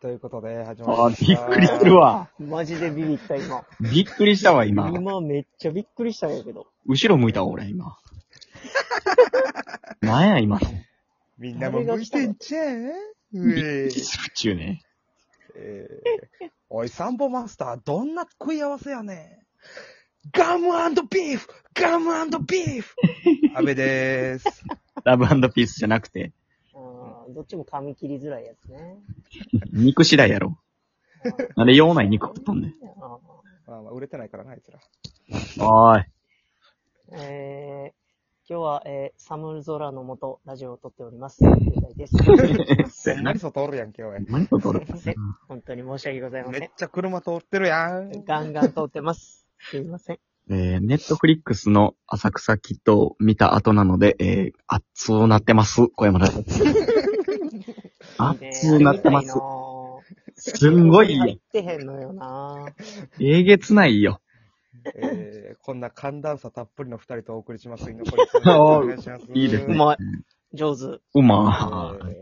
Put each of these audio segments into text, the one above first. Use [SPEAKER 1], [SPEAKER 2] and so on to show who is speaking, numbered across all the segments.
[SPEAKER 1] ということで、始まり
[SPEAKER 2] あ
[SPEAKER 1] ま
[SPEAKER 2] ー、
[SPEAKER 1] し
[SPEAKER 2] び
[SPEAKER 1] た。
[SPEAKER 2] っくりするわ。
[SPEAKER 3] マジでビビった、今。
[SPEAKER 2] びっくりしたわ、今。
[SPEAKER 3] 今めっちゃびっくりしたんやけど。
[SPEAKER 2] 後ろ向いたわ、俺、 今。なんや、今の。
[SPEAKER 1] みんなも向いてんちゃう
[SPEAKER 2] びっく
[SPEAKER 1] え
[SPEAKER 2] りするっちゅうね。
[SPEAKER 1] ーおい、サンボマスター、どんな食い合わせやねん。ガムビーフガムビーフ安倍でーす。
[SPEAKER 2] ラブピースじゃなくて、
[SPEAKER 3] あーどっちも噛み切りづらいやつね。
[SPEAKER 2] 肉次第やろ。なんで、用ない肉食っとんねん。
[SPEAKER 3] あ
[SPEAKER 1] まあまあ、売れてないからな、あいつら。
[SPEAKER 2] おーい。
[SPEAKER 3] ーえー、今日は、えー、寒空のもと、ラジオを撮ってお ります。了解です。
[SPEAKER 2] せや
[SPEAKER 1] ほんま
[SPEAKER 2] な
[SPEAKER 1] に。外おるやんけ、おい。
[SPEAKER 2] 何と取る
[SPEAKER 3] せ本当に申し訳ございま
[SPEAKER 1] め
[SPEAKER 3] せ
[SPEAKER 1] っ
[SPEAKER 3] ん。
[SPEAKER 1] ちゃ車通ってるやん。
[SPEAKER 3] ガンガン通ってます。すいません。
[SPEAKER 2] えー、ネットフリックスの浅草キットを見た後なので、えー、熱うなってます、小山田です。熱うなってます
[SPEAKER 3] いいね。
[SPEAKER 2] すんごい
[SPEAKER 3] 入
[SPEAKER 2] よ
[SPEAKER 3] っ。てへんのよな
[SPEAKER 2] えげつないよ。
[SPEAKER 1] えー、こんな寒暖差たっぷりの二人とお送りします。居残りさん
[SPEAKER 2] おー
[SPEAKER 1] お願します
[SPEAKER 2] いいです
[SPEAKER 3] う
[SPEAKER 2] ね
[SPEAKER 3] まい。上手。
[SPEAKER 2] う
[SPEAKER 1] え
[SPEAKER 2] まーい。
[SPEAKER 1] ー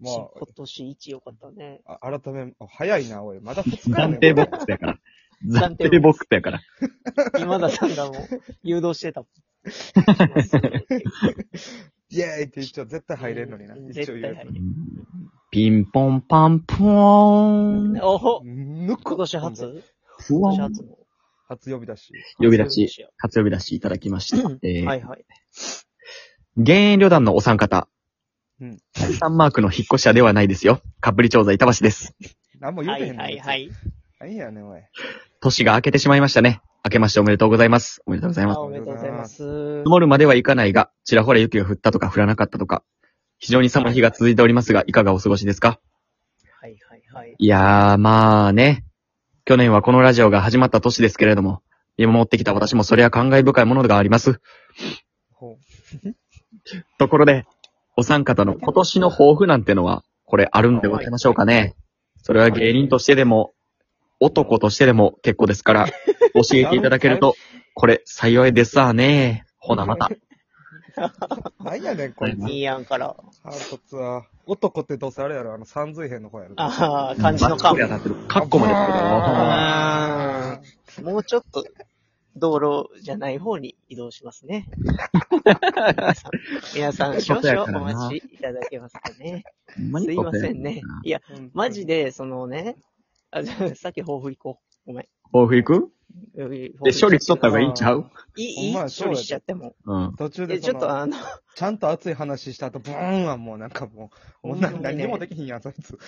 [SPEAKER 3] 今
[SPEAKER 1] ま
[SPEAKER 3] 年一良かったね。
[SPEAKER 1] あ、あ改め、あ早いな、おい。まだ二日やね
[SPEAKER 2] 暫
[SPEAKER 1] ん
[SPEAKER 2] 定ボックスやから。 暫定ボックスやから。
[SPEAKER 3] 今田さんがもう、誘導して たもん。
[SPEAKER 1] イェーイって一応絶対入れんのにな。
[SPEAKER 3] うん
[SPEAKER 1] 一応言うやつ
[SPEAKER 3] 絶対入れん
[SPEAKER 2] ピンポンパンプーン。
[SPEAKER 3] おほ
[SPEAKER 1] ぬっこ
[SPEAKER 3] 今年初
[SPEAKER 2] ふ
[SPEAKER 3] 今
[SPEAKER 2] わ
[SPEAKER 3] 年
[SPEAKER 2] ん
[SPEAKER 3] 初の。
[SPEAKER 1] 初呼び出し。
[SPEAKER 2] 呼び出し、初呼び出しいただきました。えー
[SPEAKER 3] はいはい。
[SPEAKER 2] 現役旅団のお三方。
[SPEAKER 1] うん
[SPEAKER 2] 第三マークの引っ越し屋ではないですよ。カップリ調査板橋です。
[SPEAKER 1] 何も言う
[SPEAKER 3] は
[SPEAKER 1] てへん
[SPEAKER 3] い
[SPEAKER 1] の
[SPEAKER 3] はいは。い。
[SPEAKER 1] 何やねん、おい。
[SPEAKER 2] 年が明けてしまいましたね。明けましておめでとうございます。おめでとうございます
[SPEAKER 3] あ。おめでとうございます。
[SPEAKER 2] 積もるまではいかないが、ちらほら雪が降ったとか降らなかったとか、非常に寒い日が続いておりますが、いかがお過ごしですか
[SPEAKER 3] はいはいはい。
[SPEAKER 2] いやー、まあね。去年はこのラジオが始まった年ですけれども、見守ってきた私もそれは感慨深いものがあります。
[SPEAKER 1] ほ
[SPEAKER 2] ところで、お三方の今年の抱負なんてのは、これあるんでございましょうかね。それは芸人としてでも、男としてでも結構ですから、教えていただけると、これ幸いですわね。ほなまた。
[SPEAKER 1] う何やねん、こいつ。
[SPEAKER 3] いいやんから。
[SPEAKER 1] ハートツアー。男ってどうせあれやろ、あの、三髄編の方やろ。
[SPEAKER 3] ああ、漢字の
[SPEAKER 2] カッ
[SPEAKER 3] 漢
[SPEAKER 2] コやなってる。カッコまで来てる
[SPEAKER 3] あもうちょっと、道路じゃない方に移動しますね。皆さん、少々お待ちいただけますかね。
[SPEAKER 2] ほんますに
[SPEAKER 3] いませ
[SPEAKER 2] 抱
[SPEAKER 3] んね。いや、マジで、そのね、あ、じゃあさっき抱負行こう。ごめん。
[SPEAKER 2] 負いくで、処理しとった方がいいんちゃう
[SPEAKER 3] いい、いい
[SPEAKER 1] ほんま
[SPEAKER 3] 処
[SPEAKER 1] やそうや
[SPEAKER 3] 理しちゃっても。
[SPEAKER 2] うん。
[SPEAKER 1] 途中で
[SPEAKER 3] え、ち
[SPEAKER 1] そ
[SPEAKER 3] ょっ
[SPEAKER 1] の
[SPEAKER 3] とあの、
[SPEAKER 1] ちゃんと熱い話した後、ブーンはもうなんかもう、もうな
[SPEAKER 3] ほんまに
[SPEAKER 1] 何
[SPEAKER 3] ね
[SPEAKER 1] にもできひんやん、そいつ。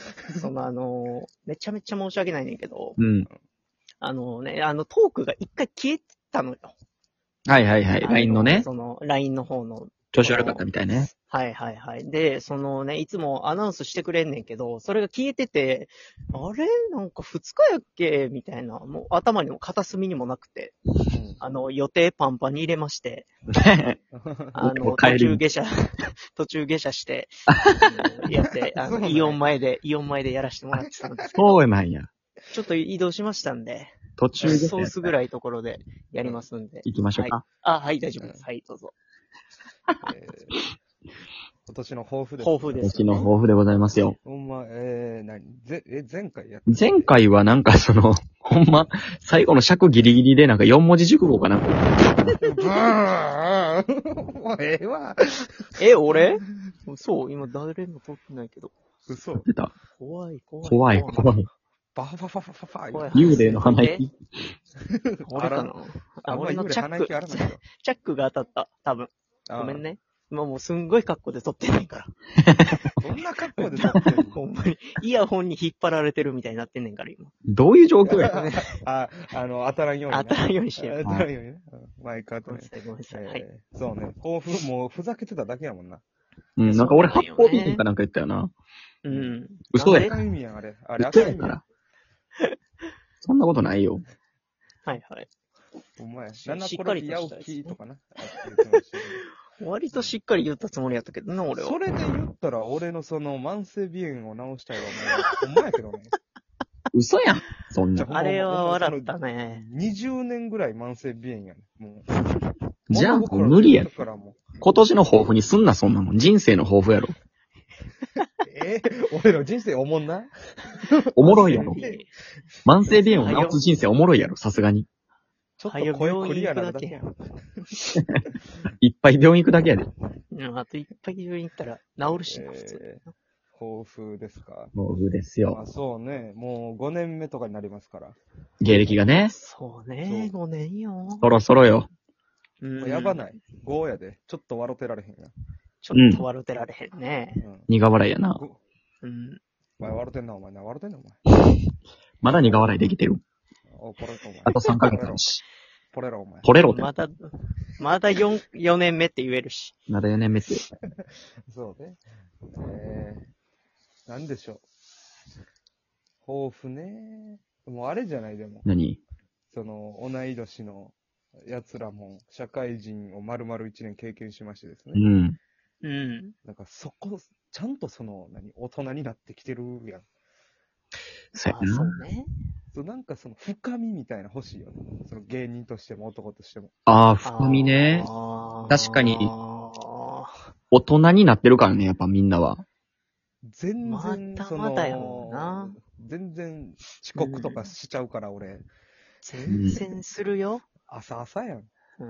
[SPEAKER 3] そのあの、めちゃめちゃ申し訳ないねんけど、
[SPEAKER 2] うん。
[SPEAKER 3] あのね、あのトークが一回消えたのよ。
[SPEAKER 2] はいはいは。
[SPEAKER 3] はい
[SPEAKER 2] LINE のね、
[SPEAKER 3] その、LINE の方の。
[SPEAKER 2] 調子悪かったみたいね。
[SPEAKER 3] はいはいはい。で、そのね、いつもアナウンスしてくれんねんけど、それが消えてて、あれなんか二日やっけみたいな、もう頭にも片隅にもなくて、あの、予定パンパンに入れまして、あ
[SPEAKER 2] も
[SPEAKER 3] の、
[SPEAKER 2] う帰
[SPEAKER 3] 途
[SPEAKER 2] り
[SPEAKER 3] 中
[SPEAKER 2] に
[SPEAKER 3] 下車、 途中下車して、あのやって、あ
[SPEAKER 1] そうな
[SPEAKER 3] の、
[SPEAKER 1] んや
[SPEAKER 3] イオン前で、イオン前でやらせてもらってたんですけど、
[SPEAKER 2] そうなんや。
[SPEAKER 3] ちょっと移動しましたんで、
[SPEAKER 2] 途
[SPEAKER 3] ソ
[SPEAKER 2] 中で
[SPEAKER 3] ースぐらいところでやりますんで。
[SPEAKER 2] 行きましょうか。
[SPEAKER 3] あ、はい、大丈夫です。はい、どうぞ。
[SPEAKER 1] えー今年の抱負です。
[SPEAKER 3] 抱負で
[SPEAKER 2] 今
[SPEAKER 3] す
[SPEAKER 2] 年
[SPEAKER 3] よね、
[SPEAKER 2] の抱負でございますよ。
[SPEAKER 1] ほんま、えー、何ぜ、え、前回やっ
[SPEAKER 2] 前回はなんかその、 ほんま、最後の尺ギリギリでなんか4文字熟語かな。
[SPEAKER 1] ブーン もうええわ。
[SPEAKER 3] え、俺そう、今誰も撮ってないけど。
[SPEAKER 1] 嘘。
[SPEAKER 2] 出た。
[SPEAKER 3] 怖い、怖い。
[SPEAKER 2] 怖い、怖い。
[SPEAKER 1] バフバフバフバフバ
[SPEAKER 3] 怖い
[SPEAKER 2] 幽霊の鼻息。
[SPEAKER 3] 俺かな。
[SPEAKER 1] あ
[SPEAKER 3] あ、
[SPEAKER 1] んま
[SPEAKER 3] 俺
[SPEAKER 1] 幽
[SPEAKER 3] の
[SPEAKER 1] 霊
[SPEAKER 3] チャ
[SPEAKER 1] 鼻
[SPEAKER 3] ック、
[SPEAKER 1] 息あらない
[SPEAKER 3] チ
[SPEAKER 1] よ。
[SPEAKER 3] ャックが当たった。多分。ごめんね。今もうすんごい格好で撮ってないから。
[SPEAKER 1] あー。どんな格好で撮ってんの
[SPEAKER 3] ほんまに、イヤホンに引っ張られてるみたいになってんねんから、今。
[SPEAKER 2] どういう状況や
[SPEAKER 1] あ、あの、当たらんように
[SPEAKER 3] 当
[SPEAKER 1] ね。
[SPEAKER 3] たらんようにして
[SPEAKER 1] 当
[SPEAKER 3] よ。
[SPEAKER 1] たらんようにね。うんマイク当た
[SPEAKER 3] ごめん
[SPEAKER 1] ら
[SPEAKER 3] なさい、ごめんなさい。はい。
[SPEAKER 1] えーそうね。抱負、もうふざけてただけやもんな。
[SPEAKER 2] うん、なんか俺発泡美人かなんか言ったよな。
[SPEAKER 3] うん。
[SPEAKER 2] 嘘や
[SPEAKER 3] え
[SPEAKER 1] 赤い意味やん、あれ。あれ、赤
[SPEAKER 2] 嘘
[SPEAKER 1] い
[SPEAKER 2] や
[SPEAKER 1] 意味
[SPEAKER 2] か
[SPEAKER 1] やん。
[SPEAKER 2] ら。そんなことないよ。
[SPEAKER 3] はいはい。
[SPEAKER 1] お前、
[SPEAKER 3] し
[SPEAKER 1] 七
[SPEAKER 3] しっ
[SPEAKER 1] こ
[SPEAKER 3] か
[SPEAKER 1] れ
[SPEAKER 3] り
[SPEAKER 1] リヤ
[SPEAKER 3] とし
[SPEAKER 1] オ
[SPEAKER 3] たいですね
[SPEAKER 1] キとかな。あ言ってましたけ
[SPEAKER 3] 割としっかり言ったつもりやったけどな、俺
[SPEAKER 1] ど
[SPEAKER 3] は。
[SPEAKER 1] それで言ったら、俺のその慢性鼻炎を治したいわ、お前。ほんまやけどね。
[SPEAKER 2] 嘘やん。そんな。
[SPEAKER 3] あれは笑ったね。
[SPEAKER 1] 20年ぐらい慢性鼻炎やね。もう。
[SPEAKER 2] じゃあも
[SPEAKER 1] 物
[SPEAKER 2] う
[SPEAKER 1] 心
[SPEAKER 2] 無理や
[SPEAKER 1] ついた時からもう
[SPEAKER 2] 今年の抱負にすんな、そんなもん。人生の抱負やろ。
[SPEAKER 1] え、俺の人生おもんな
[SPEAKER 2] おもろいやろ。
[SPEAKER 3] ち
[SPEAKER 2] 慢性鼻炎を治す人生おもろいやろ、さすがに。
[SPEAKER 1] ちょっと声クリアなるだけやん。
[SPEAKER 2] いっぱい病院行くだけやで。
[SPEAKER 3] うん、あといっぱい病院行ったら治るしな、普通。
[SPEAKER 1] えー豊富ですか。
[SPEAKER 2] もうです
[SPEAKER 1] ま
[SPEAKER 2] よ。
[SPEAKER 1] あそうね、もう5年目とかになりますから。
[SPEAKER 2] 芸歴がね。
[SPEAKER 3] そうね、5年よ。
[SPEAKER 2] そろそろよ。
[SPEAKER 3] うん
[SPEAKER 1] やばない。5やで。ちょっと笑ってられへんや。
[SPEAKER 3] ちょっと笑うてられへんね。
[SPEAKER 1] うん。
[SPEAKER 2] 苦笑いやな。
[SPEAKER 1] ご
[SPEAKER 3] うん。
[SPEAKER 1] お前笑ってんな、お前な。笑ってんな、お前。
[SPEAKER 2] まだ苦笑いできてる。
[SPEAKER 1] おポレお前。
[SPEAKER 2] あと3ヶ月あるし。
[SPEAKER 1] ポレロ、お前。
[SPEAKER 2] 取れろって。
[SPEAKER 3] また、また4、4年目って言えるし。
[SPEAKER 2] まだ4年目って。
[SPEAKER 1] そうね。えー、なんでしょう。豊富ね。もうあれじゃない、でも。
[SPEAKER 2] 何
[SPEAKER 1] その、同い年の奴らも、社会人を丸々1年経験しましてです
[SPEAKER 2] う
[SPEAKER 1] ね。
[SPEAKER 2] ん。
[SPEAKER 3] うん。
[SPEAKER 1] なんかそこ、ちゃんとその、何、大人になってきてるやん。
[SPEAKER 2] そう
[SPEAKER 3] あ
[SPEAKER 2] や
[SPEAKER 3] そ
[SPEAKER 2] な。
[SPEAKER 3] うね。
[SPEAKER 1] そうなんかその深みみたいな欲しいよね。その芸人としても男としても。
[SPEAKER 2] ああ、深みね。
[SPEAKER 3] あー
[SPEAKER 2] 確かに大人になってるからね、やっぱみんなは。
[SPEAKER 1] 全然
[SPEAKER 3] また
[SPEAKER 1] その、
[SPEAKER 3] またやもんな
[SPEAKER 1] 全然遅刻とかしちゃうから俺、
[SPEAKER 3] 全然するよ。
[SPEAKER 1] 朝朝やん。
[SPEAKER 3] う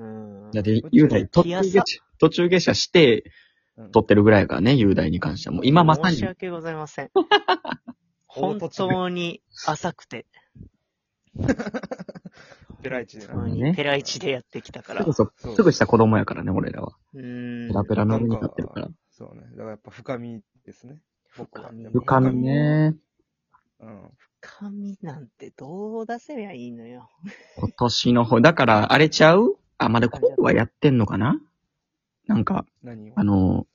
[SPEAKER 3] ん。
[SPEAKER 2] だって、雄大、途
[SPEAKER 3] 気
[SPEAKER 2] 中
[SPEAKER 3] 安
[SPEAKER 2] 下
[SPEAKER 3] さ
[SPEAKER 2] 車、途中下車し
[SPEAKER 1] う
[SPEAKER 2] て、
[SPEAKER 1] ん
[SPEAKER 2] 撮ってるぐらいやからね、雄大に関しては。もう今まさ
[SPEAKER 3] 申
[SPEAKER 2] に
[SPEAKER 3] し、訳ございま せん。本当に浅くて、
[SPEAKER 1] ペライチでな。
[SPEAKER 3] 本当にペライチでやってきたから
[SPEAKER 2] すぐ。そ、
[SPEAKER 1] そう
[SPEAKER 2] すぐした子供やからね、俺らは。
[SPEAKER 3] うん
[SPEAKER 2] ペ。ラペラの上に立ってるから。
[SPEAKER 1] そうね。だからやっぱ深みですね。僕は。
[SPEAKER 3] 深み
[SPEAKER 1] やっぱ
[SPEAKER 2] 深みね。
[SPEAKER 1] うん。
[SPEAKER 3] 紙なんてどう出せりゃいいのよ。
[SPEAKER 2] 今年の方、だから、あれちゃうあ、まだここはやってんのかななんか、
[SPEAKER 1] 何を
[SPEAKER 2] あの、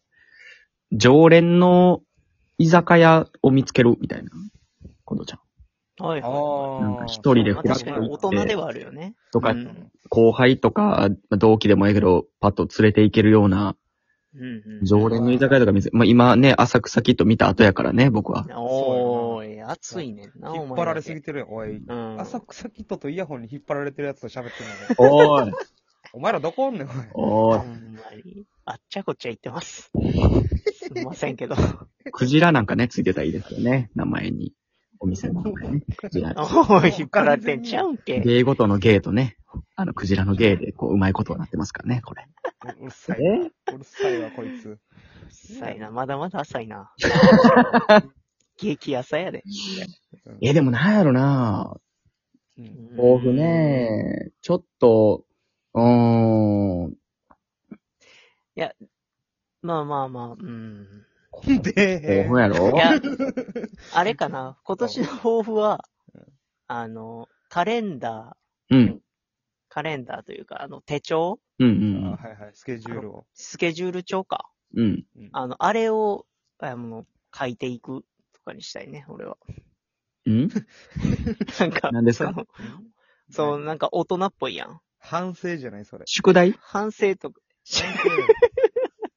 [SPEAKER 2] 常連の居酒屋を見つけるみたいなことじゃん。
[SPEAKER 3] はいは
[SPEAKER 1] ああ。
[SPEAKER 2] なんか一人
[SPEAKER 3] い。
[SPEAKER 2] で
[SPEAKER 3] まあ
[SPEAKER 2] フラ
[SPEAKER 3] 確
[SPEAKER 2] ッ
[SPEAKER 3] か
[SPEAKER 2] と
[SPEAKER 3] に
[SPEAKER 2] 行
[SPEAKER 3] 大
[SPEAKER 2] って
[SPEAKER 3] 人ではあるよね。
[SPEAKER 2] とか
[SPEAKER 3] う、ん
[SPEAKER 2] 後輩とか、まあ同期でもええけど、パッと連れて行けるような、
[SPEAKER 3] うんうん。
[SPEAKER 2] 常連の居酒屋とか見せ、まあ、今ね、浅草キット見た後やからね、僕は。
[SPEAKER 3] おーい、熱いねんな、お前だけ。
[SPEAKER 1] 引っ張られすぎてるよ、おい。
[SPEAKER 3] うん。
[SPEAKER 1] 浅草キッドとイヤホンに引っ張られてるやつと喋ってるのね
[SPEAKER 2] おい、
[SPEAKER 1] お前らどこおんねん、おい。
[SPEAKER 2] お
[SPEAKER 3] あんまり、あっちゃこっちゃ言って ます。すみませんけど。
[SPEAKER 2] い、クジラなんかね、ついてたらいいですよね、名前に。お店の名前ね、クジラ。
[SPEAKER 3] おい、引っ張られてんちゃうんけ。
[SPEAKER 2] 芸ごとの芸とね、あの、クジラの芸で、こう、うまいことになってますからね、これ。
[SPEAKER 1] ううるさいな。 うるさいわ、こいつ。
[SPEAKER 3] 浅いな、まだまだ浅い な。激浅やで。
[SPEAKER 1] うん
[SPEAKER 2] え、でもなんやろな
[SPEAKER 1] うん
[SPEAKER 2] 豆腐。ね、ちょっと、うーん、
[SPEAKER 3] まあまあまあ、うん。
[SPEAKER 2] 豆
[SPEAKER 1] で、
[SPEAKER 2] 腐やろ
[SPEAKER 3] い や、あれかな、今年の抱負は、あの、カレンダー、
[SPEAKER 2] うん、
[SPEAKER 3] カレンダーというか、あの、手帳
[SPEAKER 2] うん、う
[SPEAKER 1] あ
[SPEAKER 2] ん
[SPEAKER 1] はいはい、スケジュールを。
[SPEAKER 3] スケジュール帳か。
[SPEAKER 2] うん、うん。
[SPEAKER 1] うん
[SPEAKER 3] あの、あれを、あの、書いていくとかにしたいね、俺 は。
[SPEAKER 2] うん
[SPEAKER 3] なんか、
[SPEAKER 2] 何ですか
[SPEAKER 3] そのそう、なんか大人っぽいやん。
[SPEAKER 1] 反省じゃない、それ。
[SPEAKER 2] 宿題
[SPEAKER 3] 反省とか、
[SPEAKER 1] 反省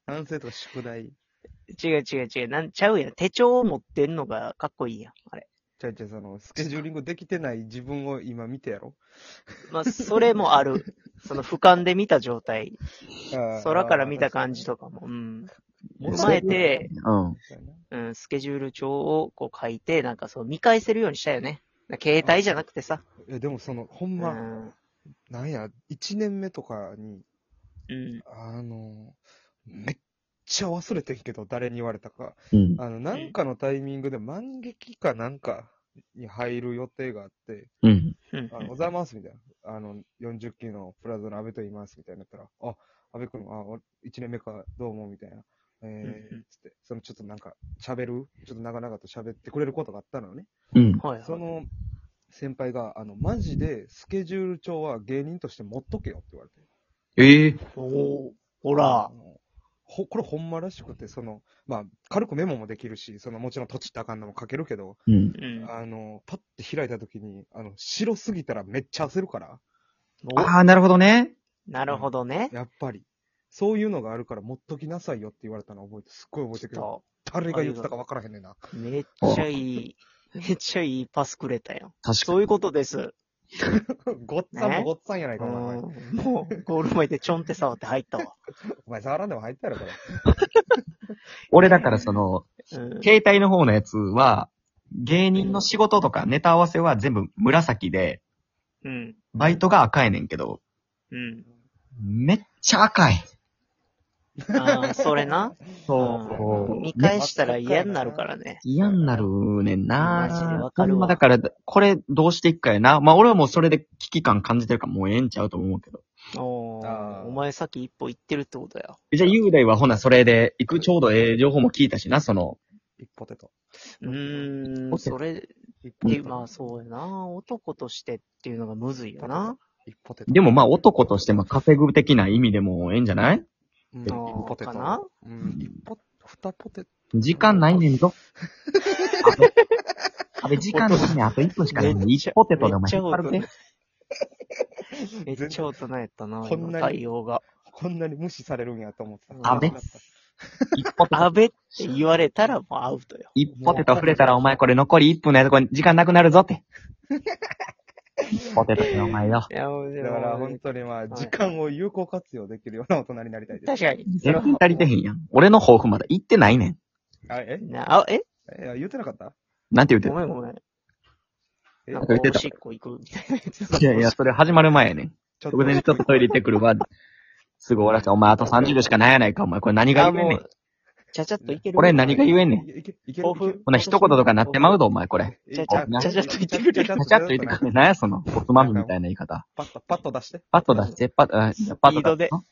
[SPEAKER 1] 反省とか宿題。
[SPEAKER 3] 違う違う違う、なんちゃうやん。手帳を持ってんのがかっこいいやん、あれ。
[SPEAKER 1] ちゃいちゃい、その、スケジューリングできてない自分を今見てやろ。
[SPEAKER 3] まあ、それもあ る。その俯瞰で見た状態、空から見た感じ
[SPEAKER 1] と。
[SPEAKER 3] とかも、うん。
[SPEAKER 1] も
[SPEAKER 3] 踏まえて、
[SPEAKER 2] うん。
[SPEAKER 3] うん、スケジュール帳をこう書いて、なんかそう見返せるようにしたよね。携帯じゃなくてさ。
[SPEAKER 1] いや、でもその、ほ
[SPEAKER 3] うん
[SPEAKER 1] ま、
[SPEAKER 3] ん。
[SPEAKER 1] なんや、1年目とかに、
[SPEAKER 3] うん。
[SPEAKER 1] あの、めっちゃ忘れてんけど、誰に言われたか。
[SPEAKER 2] うん。
[SPEAKER 1] あの、なんかのタイミングで、万劇かなんかに入る予定があって、
[SPEAKER 2] うん。
[SPEAKER 3] うん
[SPEAKER 1] あの、おざいますみたいな。あの、40期のプラザの安倍と言いますみたいになったら、あ、安倍くん、あ、俺1年目か、どうも、みたいな。え
[SPEAKER 3] うんう
[SPEAKER 1] ー
[SPEAKER 3] ん、
[SPEAKER 1] つって、そのちょっとなんか、喋るちょっと長々と喋ってくれることがあったのね。
[SPEAKER 2] うん。
[SPEAKER 3] はいはい。
[SPEAKER 1] その、先輩が、あの、マジで、スケジュール帳は芸人として持っとけよって言われて。
[SPEAKER 2] ええ
[SPEAKER 3] おーほ
[SPEAKER 1] ほ
[SPEAKER 3] ら。。
[SPEAKER 1] ほ、これほんまらしくて、その、まあ、軽くメモもできるし、その、もちろん土地ってあかんのも書けるけど、
[SPEAKER 2] うん。
[SPEAKER 3] うん。
[SPEAKER 1] あの、パッて開いた時に、あの、白すぎたらめっちゃ焦るから。
[SPEAKER 2] ああ、なるほどね。
[SPEAKER 3] なるほどね。
[SPEAKER 1] やっぱり。そういうのがあるから持っときなさいよって言われたの覚えて、すっごい覚えてるけど、
[SPEAKER 3] と
[SPEAKER 1] 誰が言ってたか分からへんねんな。
[SPEAKER 3] めっちゃいい、めっちゃいいパスくれたよ。
[SPEAKER 2] 確か
[SPEAKER 3] そういうことです。
[SPEAKER 1] ごっつぁんもごっつぁんやないか、お前。
[SPEAKER 3] うんもう、ゴール前でちょんって触って入ったわ。
[SPEAKER 1] お前触らんでも入ったやろ、これ。
[SPEAKER 2] 俺だからその、
[SPEAKER 3] うん。
[SPEAKER 2] 携帯の方のやつは、芸人の仕事とかネタ合わせは全部紫で、
[SPEAKER 3] うん。
[SPEAKER 2] バイトが赤やねんけど、
[SPEAKER 3] うん。
[SPEAKER 2] めっちゃ赤い。
[SPEAKER 3] あーそれな。うん見返したら嫌になるからね。
[SPEAKER 2] 嫌になるねんな。
[SPEAKER 3] マジでわかるわ
[SPEAKER 2] ほんまだから、これどうしていくかやな。まあ俺はもうそれで危機感感じてるからもうええんちゃうと思うけど。
[SPEAKER 3] おー
[SPEAKER 1] あー
[SPEAKER 3] お前さっき一歩行ってるってことや。
[SPEAKER 2] じゃあ雄大はほなそれで行くちょうどええ情報も聞いたしな、その。
[SPEAKER 1] ビッポテト。
[SPEAKER 3] うー
[SPEAKER 2] ポ
[SPEAKER 3] ん、
[SPEAKER 2] テト
[SPEAKER 3] それっ
[SPEAKER 1] ビッポ
[SPEAKER 3] て、
[SPEAKER 1] テト。
[SPEAKER 3] まあそうやな。男としてっていうのがむずいよな。
[SPEAKER 1] ビッポテト。
[SPEAKER 2] でもまあ男としても稼ぐ的な意味でもええんじゃない
[SPEAKER 1] うん、
[SPEAKER 2] あ
[SPEAKER 1] 一
[SPEAKER 2] ー
[SPEAKER 1] ポテト。
[SPEAKER 3] かな
[SPEAKER 1] うん、一ポ、二ポテト。
[SPEAKER 2] 時間ないねん ぞ。あべ、あべ時間のためあと1分しかないのに。
[SPEAKER 3] めっちゃ
[SPEAKER 2] ポテトでお前引っ張る
[SPEAKER 3] めっ
[SPEAKER 2] ね
[SPEAKER 3] ち。めっちゃ大人やっ たな、
[SPEAKER 1] こんな
[SPEAKER 3] 今
[SPEAKER 1] に
[SPEAKER 3] 対応が。
[SPEAKER 1] こんなに無視されるんやと思ってた。
[SPEAKER 2] あべ一ポテト
[SPEAKER 3] 安倍って言われたらもうアウトよ。
[SPEAKER 2] 一ポテト触れたらお前これ残り1分のやつこれ時間なくなるぞって。 一ポテトでお前よ。
[SPEAKER 3] いや、もうで
[SPEAKER 1] だ
[SPEAKER 3] も
[SPEAKER 1] から本当にまあ、時間を有効活用できるような大人になりたいです。
[SPEAKER 3] 確かに。
[SPEAKER 2] 絶対足りてへんやん。俺の抱負まだ行ってないねん。
[SPEAKER 1] あ、え
[SPEAKER 3] なあ、え
[SPEAKER 1] え言ってなかった
[SPEAKER 2] なんて言うて
[SPEAKER 3] ご
[SPEAKER 2] る
[SPEAKER 3] めんごめん。
[SPEAKER 1] え
[SPEAKER 3] なん
[SPEAKER 2] 言
[SPEAKER 3] か
[SPEAKER 2] ってた
[SPEAKER 3] おしっこ行くみたいなやつ
[SPEAKER 2] いやいや、それ始まる前やねん。
[SPEAKER 1] ちょ
[SPEAKER 2] 直前にちょっとトイレ行ってくるわ。すぐ終わらせて、お前あと30秒しかないやないか、お前。これ何が
[SPEAKER 3] あ、
[SPEAKER 2] 言えんね
[SPEAKER 3] も
[SPEAKER 2] ん。
[SPEAKER 3] う、ちゃちゃっといける。
[SPEAKER 2] 俺何が言えんねん。
[SPEAKER 1] いけ、いける
[SPEAKER 3] 抱負
[SPEAKER 2] ほな一言とかなってまうぞ、お前これ。
[SPEAKER 1] いける
[SPEAKER 3] ちゃ
[SPEAKER 2] ちゃ
[SPEAKER 1] あ
[SPEAKER 3] ちゃちゃっと言ってく
[SPEAKER 1] ちゃ
[SPEAKER 3] れ
[SPEAKER 1] ちゃっ
[SPEAKER 2] ちゃ
[SPEAKER 1] と
[SPEAKER 2] ちゃっと言ってくれ。何や、その、おつまみみたいな言い方。
[SPEAKER 1] パッと、パッと出して。
[SPEAKER 2] パッと出して、パッと、あパッと出して。
[SPEAKER 1] うん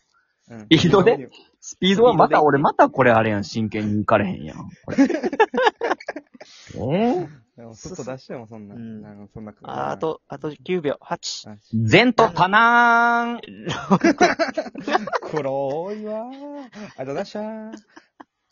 [SPEAKER 2] スピードでスピードはまた、俺またこれあれやん、真剣に行かれへんやん。これ。え ー
[SPEAKER 1] でもスッと出してもそんな。
[SPEAKER 3] うん
[SPEAKER 1] なんかそんな。
[SPEAKER 3] ああ、と、あと9秒。8。
[SPEAKER 1] あ。
[SPEAKER 2] 前途多難
[SPEAKER 1] 黒いわー。ありがとうございました。